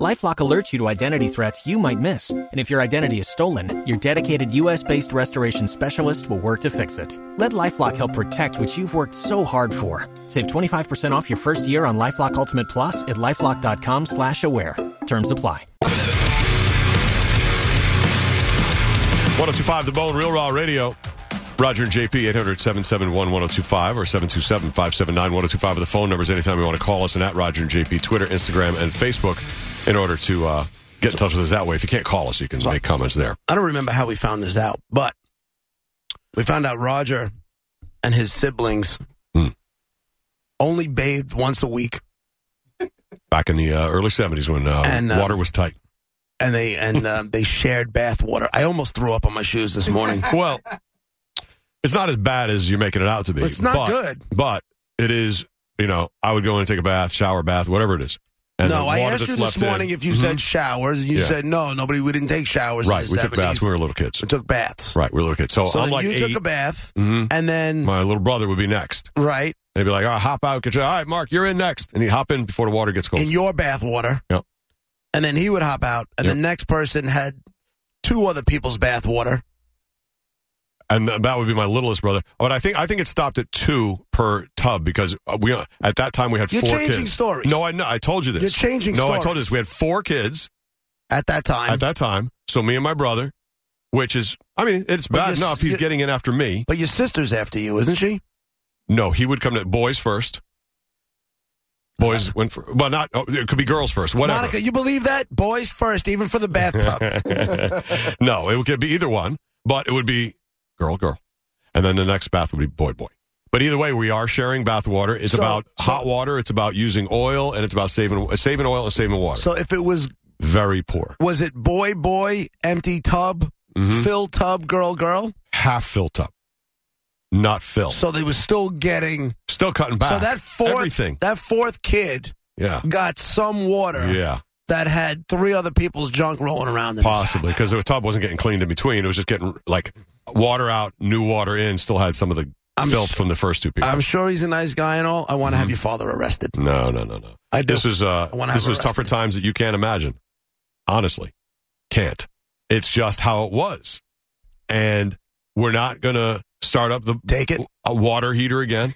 LifeLock alerts you to identity threats you might miss, and if your identity is stolen, your dedicated U.S.-based restoration specialist will work to fix it. Let LifeLock help protect what you've worked so hard for. Save 25% off your first year on LifeLock Ultimate Plus at lifeLock.com/slash-aware. Terms apply. 1025 The Bone, Real Raw Radio. Roger and JP, 800 771 1025 or 727 579 1025 are oh the phone numbers anytime you want to call us and at Roger and JP, Twitter, Instagram, and Facebook in order to uh, get in touch with us that way. If you can't call us, you can make comments there. I don't remember how we found this out, but we found out Roger and his siblings Hmm. only bathed once a week, Back in the uh, early 70s when uh, And, uh, water was tight. and they and um, they shared bath water. I almost threw up on my shoes this morning. Well, it's not as bad as you're making it out to be. It's not but- good. But it is, you know, I would go in and take a bath, shower, bath, whatever it is. And the no, I water asked that's you left this in- morning if you Mhm. said showers, and you Yeah. said no. Nobody, we didn't take showers. Right, in we the took baths 70s. when we were little kids. We took baths. Right, we were little kids. So, So I'm then like you eight. took a bath, Mhm. and then My little brother would be next. right And he'd be like, all right, hop out. Get your, all right, Mark, you're in next. And he'd hop in before the water gets cold. in your bath water. Yep. And then he would hop out, and the next person had two other people's bath water. And th- that would be my littlest brother. But I think I think it stopped at two per tub because uh, we uh, at that time we had You're four changing kids. stories. No, I know. I told you this. You're changing No, I stories. told you this. We had four kids At that time, at that time. So me and my brother, which is, I mean, it's But bad you're- enough he's you're- getting in after me. But your sister's after you, isn't she? No, he would come to boys first. Uh, Boys went for, well, not, oh, it could be girls first, whatever. Monica, you believe that? Boys first, even for the bathtub. no, it could be either one, but it would be girl, girl. And then the next bath would be boy, boy. But either way, we are sharing bath water. It's So- about so- hot water, it's about using oil, and it's about saving saving oil and saving water. so if it was, Very poor. was it boy, boy, empty tub, Mhm. fill tub, girl, girl? Half filled up. Not filled. So they were still getting. Still cutting back. So that fourth, Everything. that fourth kid Yeah. got some water Yeah. that had three other people's junk rolling around in it. Possibly. Because the tub wasn't getting cleaned in between. It was just getting, like, water out, new water in, still had some of the I'm filth s- from the first two people. I'm sure he's a nice guy and all. I want to have your father arrested. no, no, no, no. I Mm-hmm. do. This was uh, I wanna this have was a tougher times that you can't imagine. Honestly, can't. It's just how it was, and we're not gonna start up the Take it. a water heater again.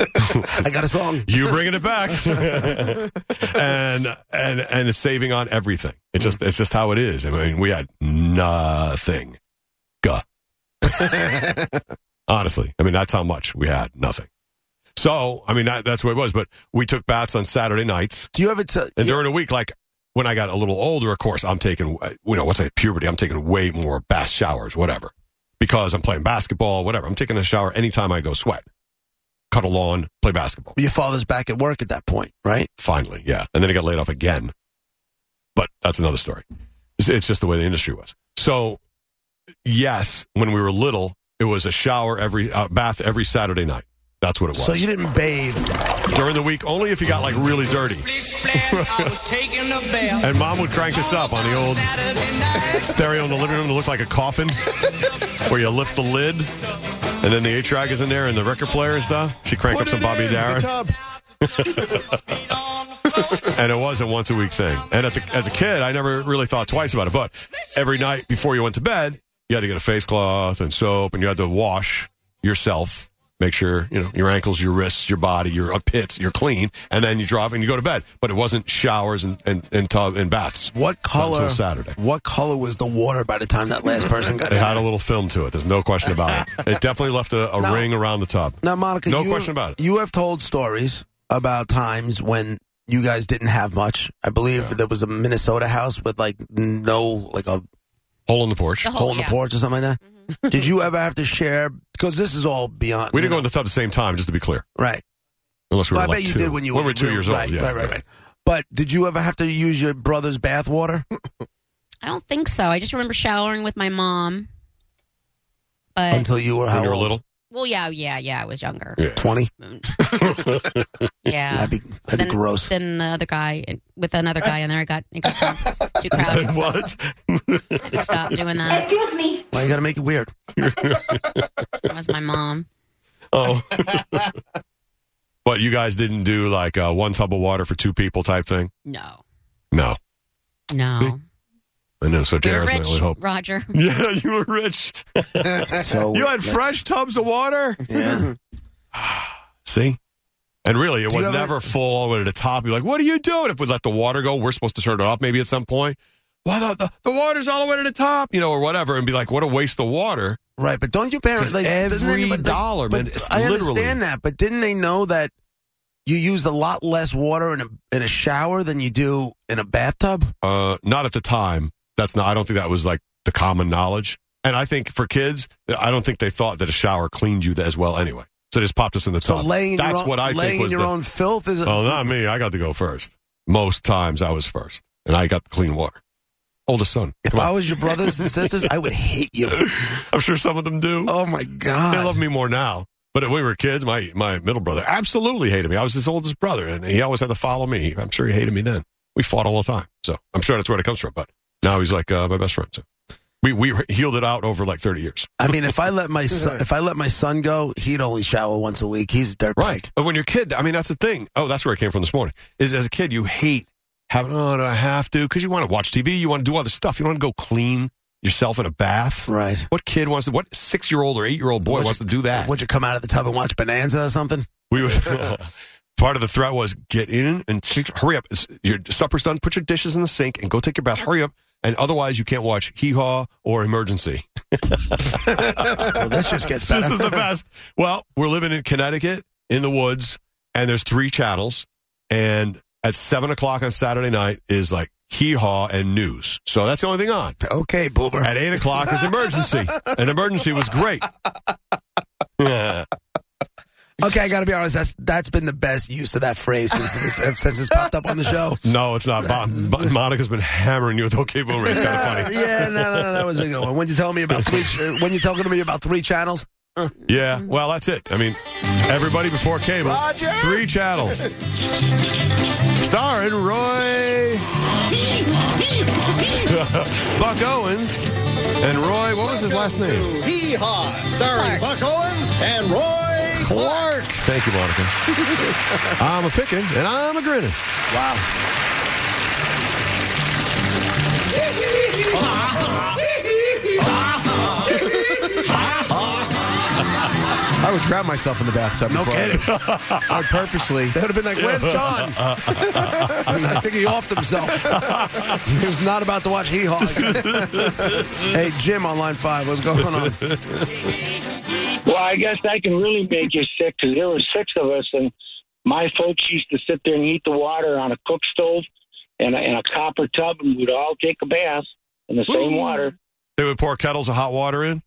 I got a song. You bringing it back, and and and it's saving on everything. It's just it's just how it is. I mean, we had nothing. Gah. Honestly, I mean that's how much we had nothing. So I mean that, that's what it was. But we took baths on Saturday nights. Do you ever tell? And during the week, like when I got a little older, of course, I'm taking, uh, you know, once I hit puberty, I'm taking way more bath showers, whatever, because I'm playing basketball, whatever. I'm taking a shower anytime I go sweat, cut a lawn, play basketball. Your father's back at work at that point, right? Finally, yeah. And then I got laid off again. But that's another story. It's, it's just the way the industry was. So, yes, when we were little, it was a shower every, uh, bath every Saturday night. That's what it was. So you didn't bathe. during the week, only if you got like really dirty. Splish splash, I was taking a bath. And mom would crank us up on the old Saturday night. stereo in the living room that looked like a coffin, where you lift the lid, and then the eight track is in there and the record player and stuff. She cranked up some Bobby Darin, and it was a once a week thing. And at the, as a kid, I never really thought twice about it. But every night before you went to bed, you had to get a face cloth and soap, and you had to wash yourself. Make sure you know your ankles, your wrists, your body, your uh, pits, you're clean, and then you drop and you go to bed. But it wasn't showers and and and, tub, and baths. What color? Until Saturday. What color was the water by the time that last person got It in? had a little film to it. There's no question about it. It definitely left a, a Now- ring around the tub. Now, Monica, No you, question about it. You have told stories about times when you guys didn't have much. I believe there was a Minnesota house with like no, like a Hole in the porch. The hole hole, in the Oh, yeah. porch or something like that. Did you ever have to share? Because this is all beyond. We didn't you go in the tub at the same time, just to be clear. know, right. Unless we were Well, I like bet you two. did when you when were we were two real- years old. Right, yeah, right, right, right. But did you ever have to use your brother's bath water? I don't think so. I just remember showering with my mom. But Until you were how When you were old? little, Well, yeah, yeah, yeah. I was younger. Yeah. 20? Yeah. That'd be, that'd be Then- gross. Then the other guy with another guy in there, I got it got too crowded. so what? I stopped doing that. Excuse me. Why you gotta make it weird? That was my mom. Oh. but you guys didn't do like uh, one tub of water for two people type thing? No, No. no. I know. So We were Jared's my rich, only hope. Roger. Yeah, you were rich. So You had fresh tubs of water? yeah. See? And really, it Do you was have a- never full all the way to the top. You're like, what are you doing? If we let the water go, we're supposed to turn it off maybe at some point. Why the, the, the water's all the way to the top, you know, or whatever, and be like, what a waste of water. Right, but don't you parents 'Cause like doesn't every anybody- like, dollar, man, but it's I literally- understand that, but didn't they know that you use a lot less water in a in a shower than you do in a bathtub? Uh, not at the time. That's not, I don't think that was like the common knowledge. And I think for kids, I don't think they thought that a shower cleaned you as well anyway. So they just popped us in the So tub. laying in That's your own, what I laying think was in your the, Oh. own filth is Well, not me. I got to go first. Most times I was first, and I got the clean water. Oldest son. If Come I on. was your brothers and sisters, I would hate you. I'm sure some of them do. Oh my They god! love me more now. But when we were kids, my, my middle brother absolutely hated me. I was his oldest brother, and he always had to follow me. I'm sure he hated me then. We fought all the time. So I'm sure that's where it comes from. But now he's like uh, my best friend. So we, we healed it out over like 30 years. I mean, if I let my son, if I let my son go, he'd only shower once a week. He's a dirtbag. Right. But when you're a kid, I mean, that's the thing. Oh, that's where it came from this morning. Is as a kid, you hate having, oh, do I have to? Because you want to watch TV, you want to do all this stuff. You don't want to go clean yourself in a bath. Right. What kid wants to, what six year old or eight year old boy Would you- wants to do that? Would you come out of the tub and watch Bonanza or something? We would, part of the threat was get in and sit- hurry up. It's- Your supper's done. Put your dishes in the sink and go take your bath. Hurry up. And otherwise, you can't watch Hee Haw or Emergency. Well, this just gets better. This is the best. Well, we're living in Connecticut in the woods, and there's three channels. And at seven o'clock on Saturday night is like hee haw and news. So that's the only thing on. okay, boomer. At eight o'clock is emergency. and emergency was great. Yeah. Okay, I got to be honest. That's that's been the best use of that phrase since it's, since it's popped up on the show. No, it's not. Bon- Bon- Monica's been hammering you with OK Boomer. It's kind of funny. Uh, yeah, no, no, no, that was a good one. When you tell me about three, ch- uh, when you talking to me about three channels, Yeah, well, that's it. I mean, everybody before cable, three channels. Starring Roy. Buck Owens and Roy, what was his last name? Hee Haw, starring Buck Owens and Roy Clark. Thank you, Monica. I'm a picking and I'm a grinning. wow, I would drown myself in the bathtub. no before I- kidding. They I would purposely. would have been like, "Where's John?" I think he offed himself. he was not about to watch Hee Haw. hey, Jim on line five, what's going on? Well, I guess I can really make you sick because there were six of us, and my folks used to sit there and heat the water on a cook stove and a, and a copper tub, and we'd all take a bath in the same water. They would pour kettles of hot water in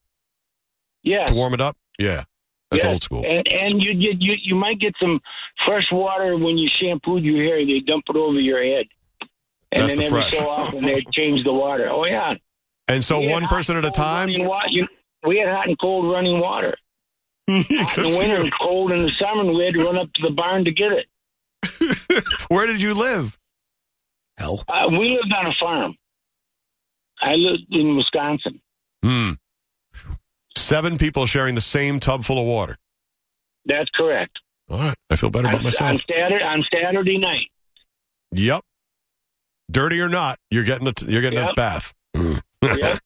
Yeah, to warm it up. Yeah, that's yeah. old school. And and you get you you might get some fresh water when you shampooed your hair. They dump it over your head, and That's then the every fresh. so often they change the water. Oh yeah, And so We had one hot person at a cold time. running wa- you- we had hot and cold running water. Hot in the winter and cold in the summer, and we had to run up to the barn to get it. Where did you live? Hell, Uh, we lived on a farm. I lived in Wisconsin. Hmm. Seven people sharing the same tub full of water. That's correct. All right. I feel better about on, on myself. Saturday, on Saturday night. Yep. Dirty or not, you're getting a t- you're getting a Yep. bath. Yep.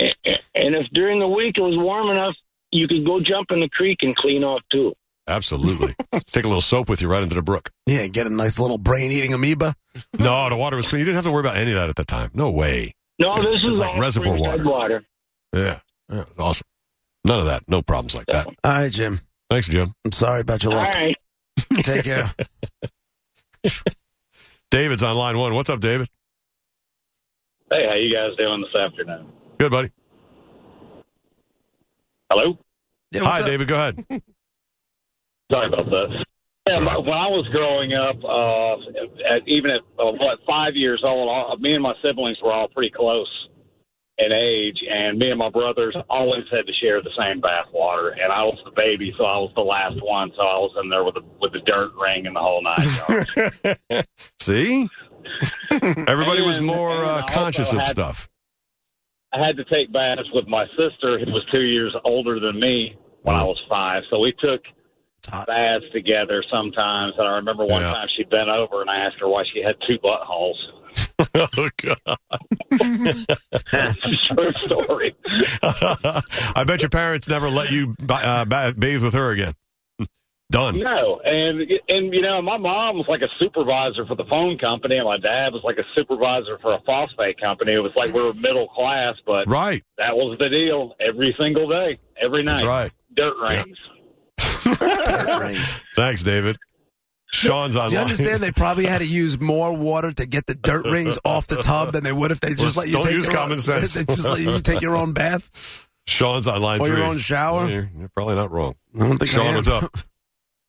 A- a- and if during the week it was warm enough, you could go jump in the creek and clean off too. Absolutely. Take a little soap with you right into the brook. yeah, get a nice little brain-eating amoeba. No, the water was clean. You didn't have to worry about any of that at the time. No way. No, It's this is like all reservoir spring water. tide water. Yeah. Yeah, it was awesome. None of that. No problems like that. All right, Jim. Thanks, Jim. I'm sorry about your All luck. right. Take care. David's on line one. What's up, David? Hey, how you guys doing this afternoon? Good, buddy. Hello. Yeah, what's Hi, up? David. Go ahead. Sorry about that. It's Yeah, all right. When I was growing up, uh, at, even at uh, what five years old, all, me and my siblings were all pretty close. in age, and me and my brothers always had to share the same bath water. And I was the baby, so I was the last one, so I was in there with the with the dirt ring and the whole nine yards. See? Everybody was And- more and I uh, also conscious of had- stuff. I had to take baths with my sister, who was two years older than me when I was five. So we took hot. baths together sometimes. And I remember one Yeah. time she bent over, and I asked her why she had two buttholes. oh, God. True story. I bet your parents never let you ba- uh, ba- bathe with her again. Done. No, and and you know, my mom was like a supervisor for the phone company, and my dad was like a supervisor for a phosphate company. It was like we were middle class, but Right. that was the deal every single day, every night. That's right. Dirt rings. Dirt rings. Thanks, David. Sean's Do you online. understand? They probably had to use more water to get the dirt rings off the tub than they would if they just Well, let you don't take use your common own, sense. They just let you take your own bath Sean's online or three. your own shower. You're, you're probably not wrong. I don't think I Sean, am. what's up?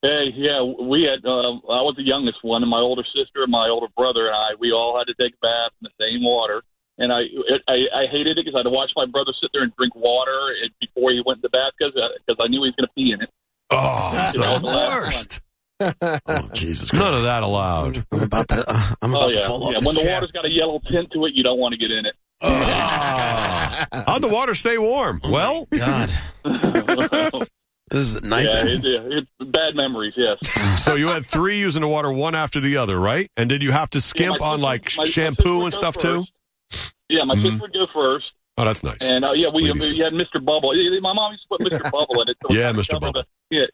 Hey, yeah, we had. Um, I was the youngest one, and my older sister and my older brother and I. We all had to take a bath in the same water, and I it, I, I hated it because I had to watch my brother sit there and drink water it, before he went in the bath because I knew he was going to pee in it. Oh, That's so the worst. worst. Oh, Jesus Christ. None of that allowed. I'm about to, uh, I'm about oh to yeah, fall off yeah. this When the chair. water's got a yellow tint to it, you don't want to get in it. Ah. How'd the water stay warm? Well, Oh, God, this is a yeah, nightmare. it, it, it, bad memories. Yes. so you had three using the water one after the other, right? And did you have to skimp Yeah, my on sister- like my- my sister shampoo would and go stuff too? first. Yeah, my Mhm. sister would go first. Oh, that's nice. And uh, yeah, we, Ladies. we had Mr. Bubble. Yeah, My mom used to put Mr. Bubble in it. So it Yeah, kinda Mr. covered Bubble. the- yeah,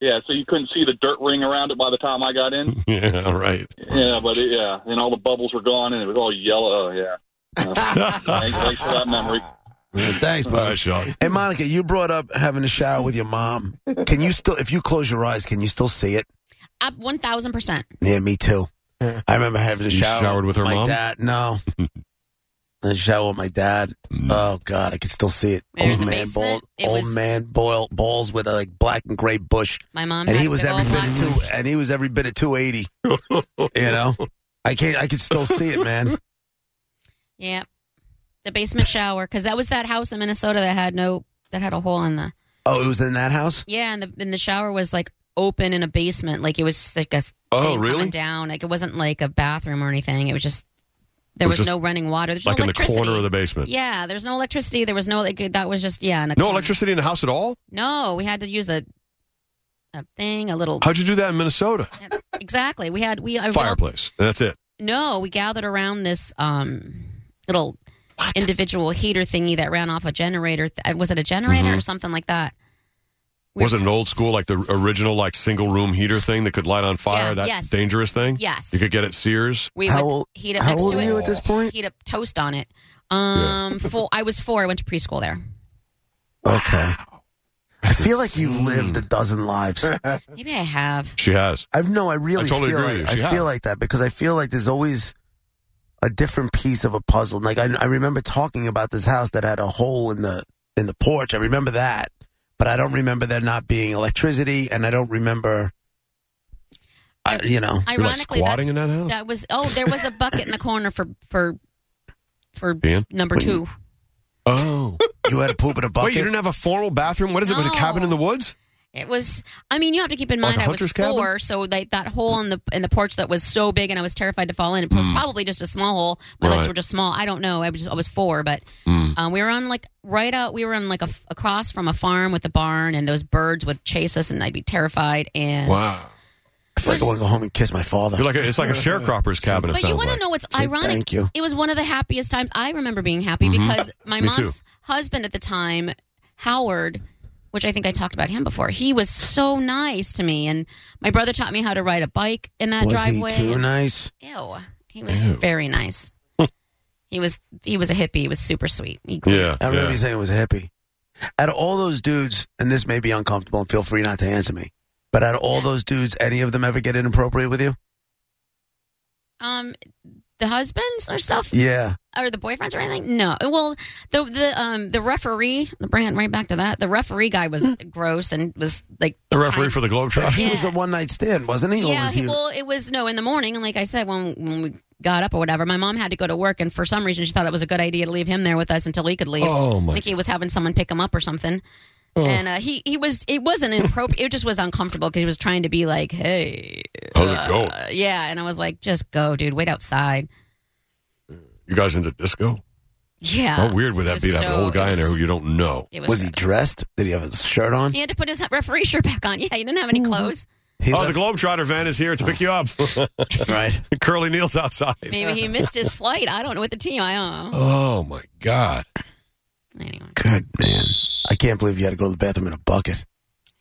yeah. So you couldn't see the dirt ring around it by the time I got in. yeah, right. yeah, but it, yeah, and all the bubbles were gone, and it was all yellow. Oh, yeah. Thanks, thanks for that memory. Yeah, Thanks, All right, bud. Sean. Hey, Monica, you brought up having a shower with your mom. Can you still, if you close your eyes, can you still see it? Up 1,000%. Yeah, me too. I remember having a You shower. showered with her my mom? dad. No. I showered with my dad. Mm. Oh God, I can still see it. We were in old the man, basement. bald, It old was- man, boil balls with a like black and gray bush, My mom and had he was big every Mm-hmm. old bit black of two, and he was every bit of two eighty. you know, I can't. I can still see it, man. Yeah. The basement shower cuz that was that house in Minnesota that had no that had a hole in the. Oh, it was in that house. Yeah, and the and the shower was like open in a basement like it was just like a s- Oh, thing really? coming down. Like it wasn't like a bathroom or anything. It was just there It was was, just no running water. There's Like no in the electricity. corner of the basement. Yeah, there's no electricity. There was no like that was just yeah. in a No corner. electricity in the house at all? No, we had to use a a thing, a little How'd you do that in Minnesota? exactly. We had we I- Fireplace. That's it. No, we gathered around this um little individual heater thingy that ran off a generator. Th- uh, was it a generator Mm-hmm. or something like that? We- Was it an old school, like the original, like single room heater thing that could light on fire? Yeah, that yes. dangerous thing. Yes. You could get at Sears. we How would old- heat up how next old to are it. you at this point? Heat up toast on it. Um, four, I was four. I went to preschool there. Okay. I feel like you've lived a dozen lives. Maybe I have. She has. I've no, I really I totally feel agree like, with I you. She feel has. like that because I feel like there's always a different piece of a puzzle. Like I, I remember talking about this house that had a hole in the in the porch. I remember that, but I don't remember there not being electricity, and I don't remember, I, you know, You're like Ironically, squatting in that's- that house. that was oh, there was a bucket in the corner for for for Ian? number two. oh, you had to poop in a wait! bucket. You didn't have a formal bathroom. What is it? With a No. cabin in the woods? It was. I mean, you have to keep in Like mind a I was hunter's four, cabin? so they, that hole in the in the porch that was so big, and I was terrified to fall in. It was probably just a small hole. My Hmm. legs Right. Hmm. were just small. I don't know. I was I was four, but um, we were on like right out. We were on like a, across from a farm with a barn, and those birds would chase us, and I'd be terrified. And Wow! I feel like I want to go home and kiss my father. You're like a, it's like a sharecropper's cabin. it but you sounds want like. to know what's Say ironic? thank you. It was one of the happiest times I remember being happy because my Me mom's husband at the time, Howard, which I think I talked about him before, he was so nice to me, and my brother taught me how to ride a bike in that was he driveway. too nice? Ew, he was very nice. he was he was a hippie. He was super sweet. He- Yeah. I remember yeah. you saying it was a hippie. Out of all those dudes, and this may be uncomfortable, and feel free not to answer me. But out of all those dudes, any of them ever get inappropriate with you? Um, the husbands or stuff. Yeah. or the boyfriends or anything? No. Well, the the um the referee, bring it right back to that. The referee guy was gross and was like The referee kind- for the Globetrotters. He was a Yeah. one night stand, wasn't he? Or Yeah, was he, he- well, it was no in the morning, and like I said, when when we got up or whatever. My mom had to go to work, and for some reason, she thought it was a good idea to leave him there with us until we could leave. Oh, my I think he was having someone pick him up or something. And uh, he he was it wasn't inappropriate. it just was uncomfortable because he was trying to be like, hey, How's it going? uh, yeah. And I was like, just go, dude. Wait outside. You guys into disco? Yeah. How weird would Uh, it that was be to have an so- old guy it in there who was- you don't know? It was. Was he dressed? Did he have his shirt on? he had to put his referee shirt back on. Yeah, he didn't have any clothes. He Oh, the looked- Globetrotter van is here to pick you up. right. Curly Neal's outside. Maybe he missed his flight. I don't know with the team. I don't know. Oh, my God. Anyway. Good man. I can't believe you had to go to the bathroom in a bucket.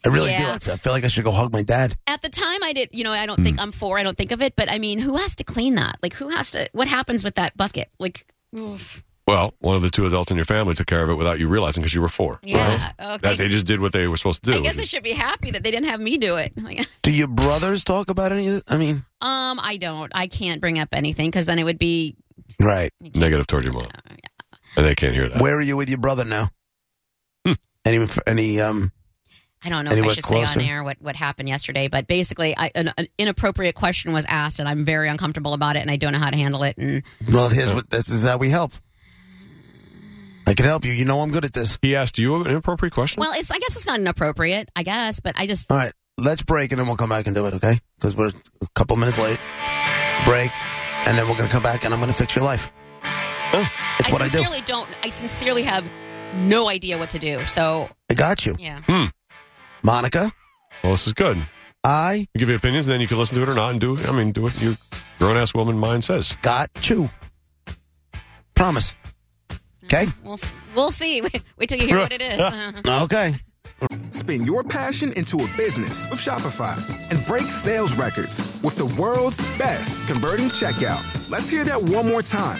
I really do. Yeah. I feel, I feel like I should go hug my dad. At the time, I did. You know, I don't think Mm. I'm for. I don't think of it. But I mean, who has to clean that? Like, who has to? What happens with that bucket? Like, oof. Well, one of the two adults in your family took care of it without you realizing because you were four. yeah. Okay. That they just did what they were supposed to do. I guess I which should be happy that they didn't have me do it. Like, Do your brothers talk about any of this? I mean, um, I don't. I can't bring up anything because then it would be. right. is negative toward your mom, Oh, and they can't hear that. Where are you with your brother now? Any, any, um, I don't know if Anywhere I should say closer? on air what, what happened yesterday, but basically, I, an, an inappropriate question was asked, and I'm very uncomfortable about it, and I don't know how to handle it. And well, here's what, this is how we help. I can help you. You know I'm good at this. He asked you an inappropriate question. well, it's I guess it's not inappropriate, I guess, but I just All right, let's break and then we'll come back and do it, okay? Because we're a couple minutes late. Break, and then we're going to come back and I'm going to fix your life. It's Oh. I what I do. sincerely don't. I sincerely have no idea what to do. So I got you. yeah, Monica, Well, this is good. We I give you opinions, and then you can listen to it or not, and do it. I mean, do what your grown ass woman mind says. got you. Promise. Mm. Okay? we'll we'll see. Wait, wait till you hear what it is. Okay. Spin your passion into a business with Shopify and break sales records with the world's best converting checkout. Let's hear that one more time.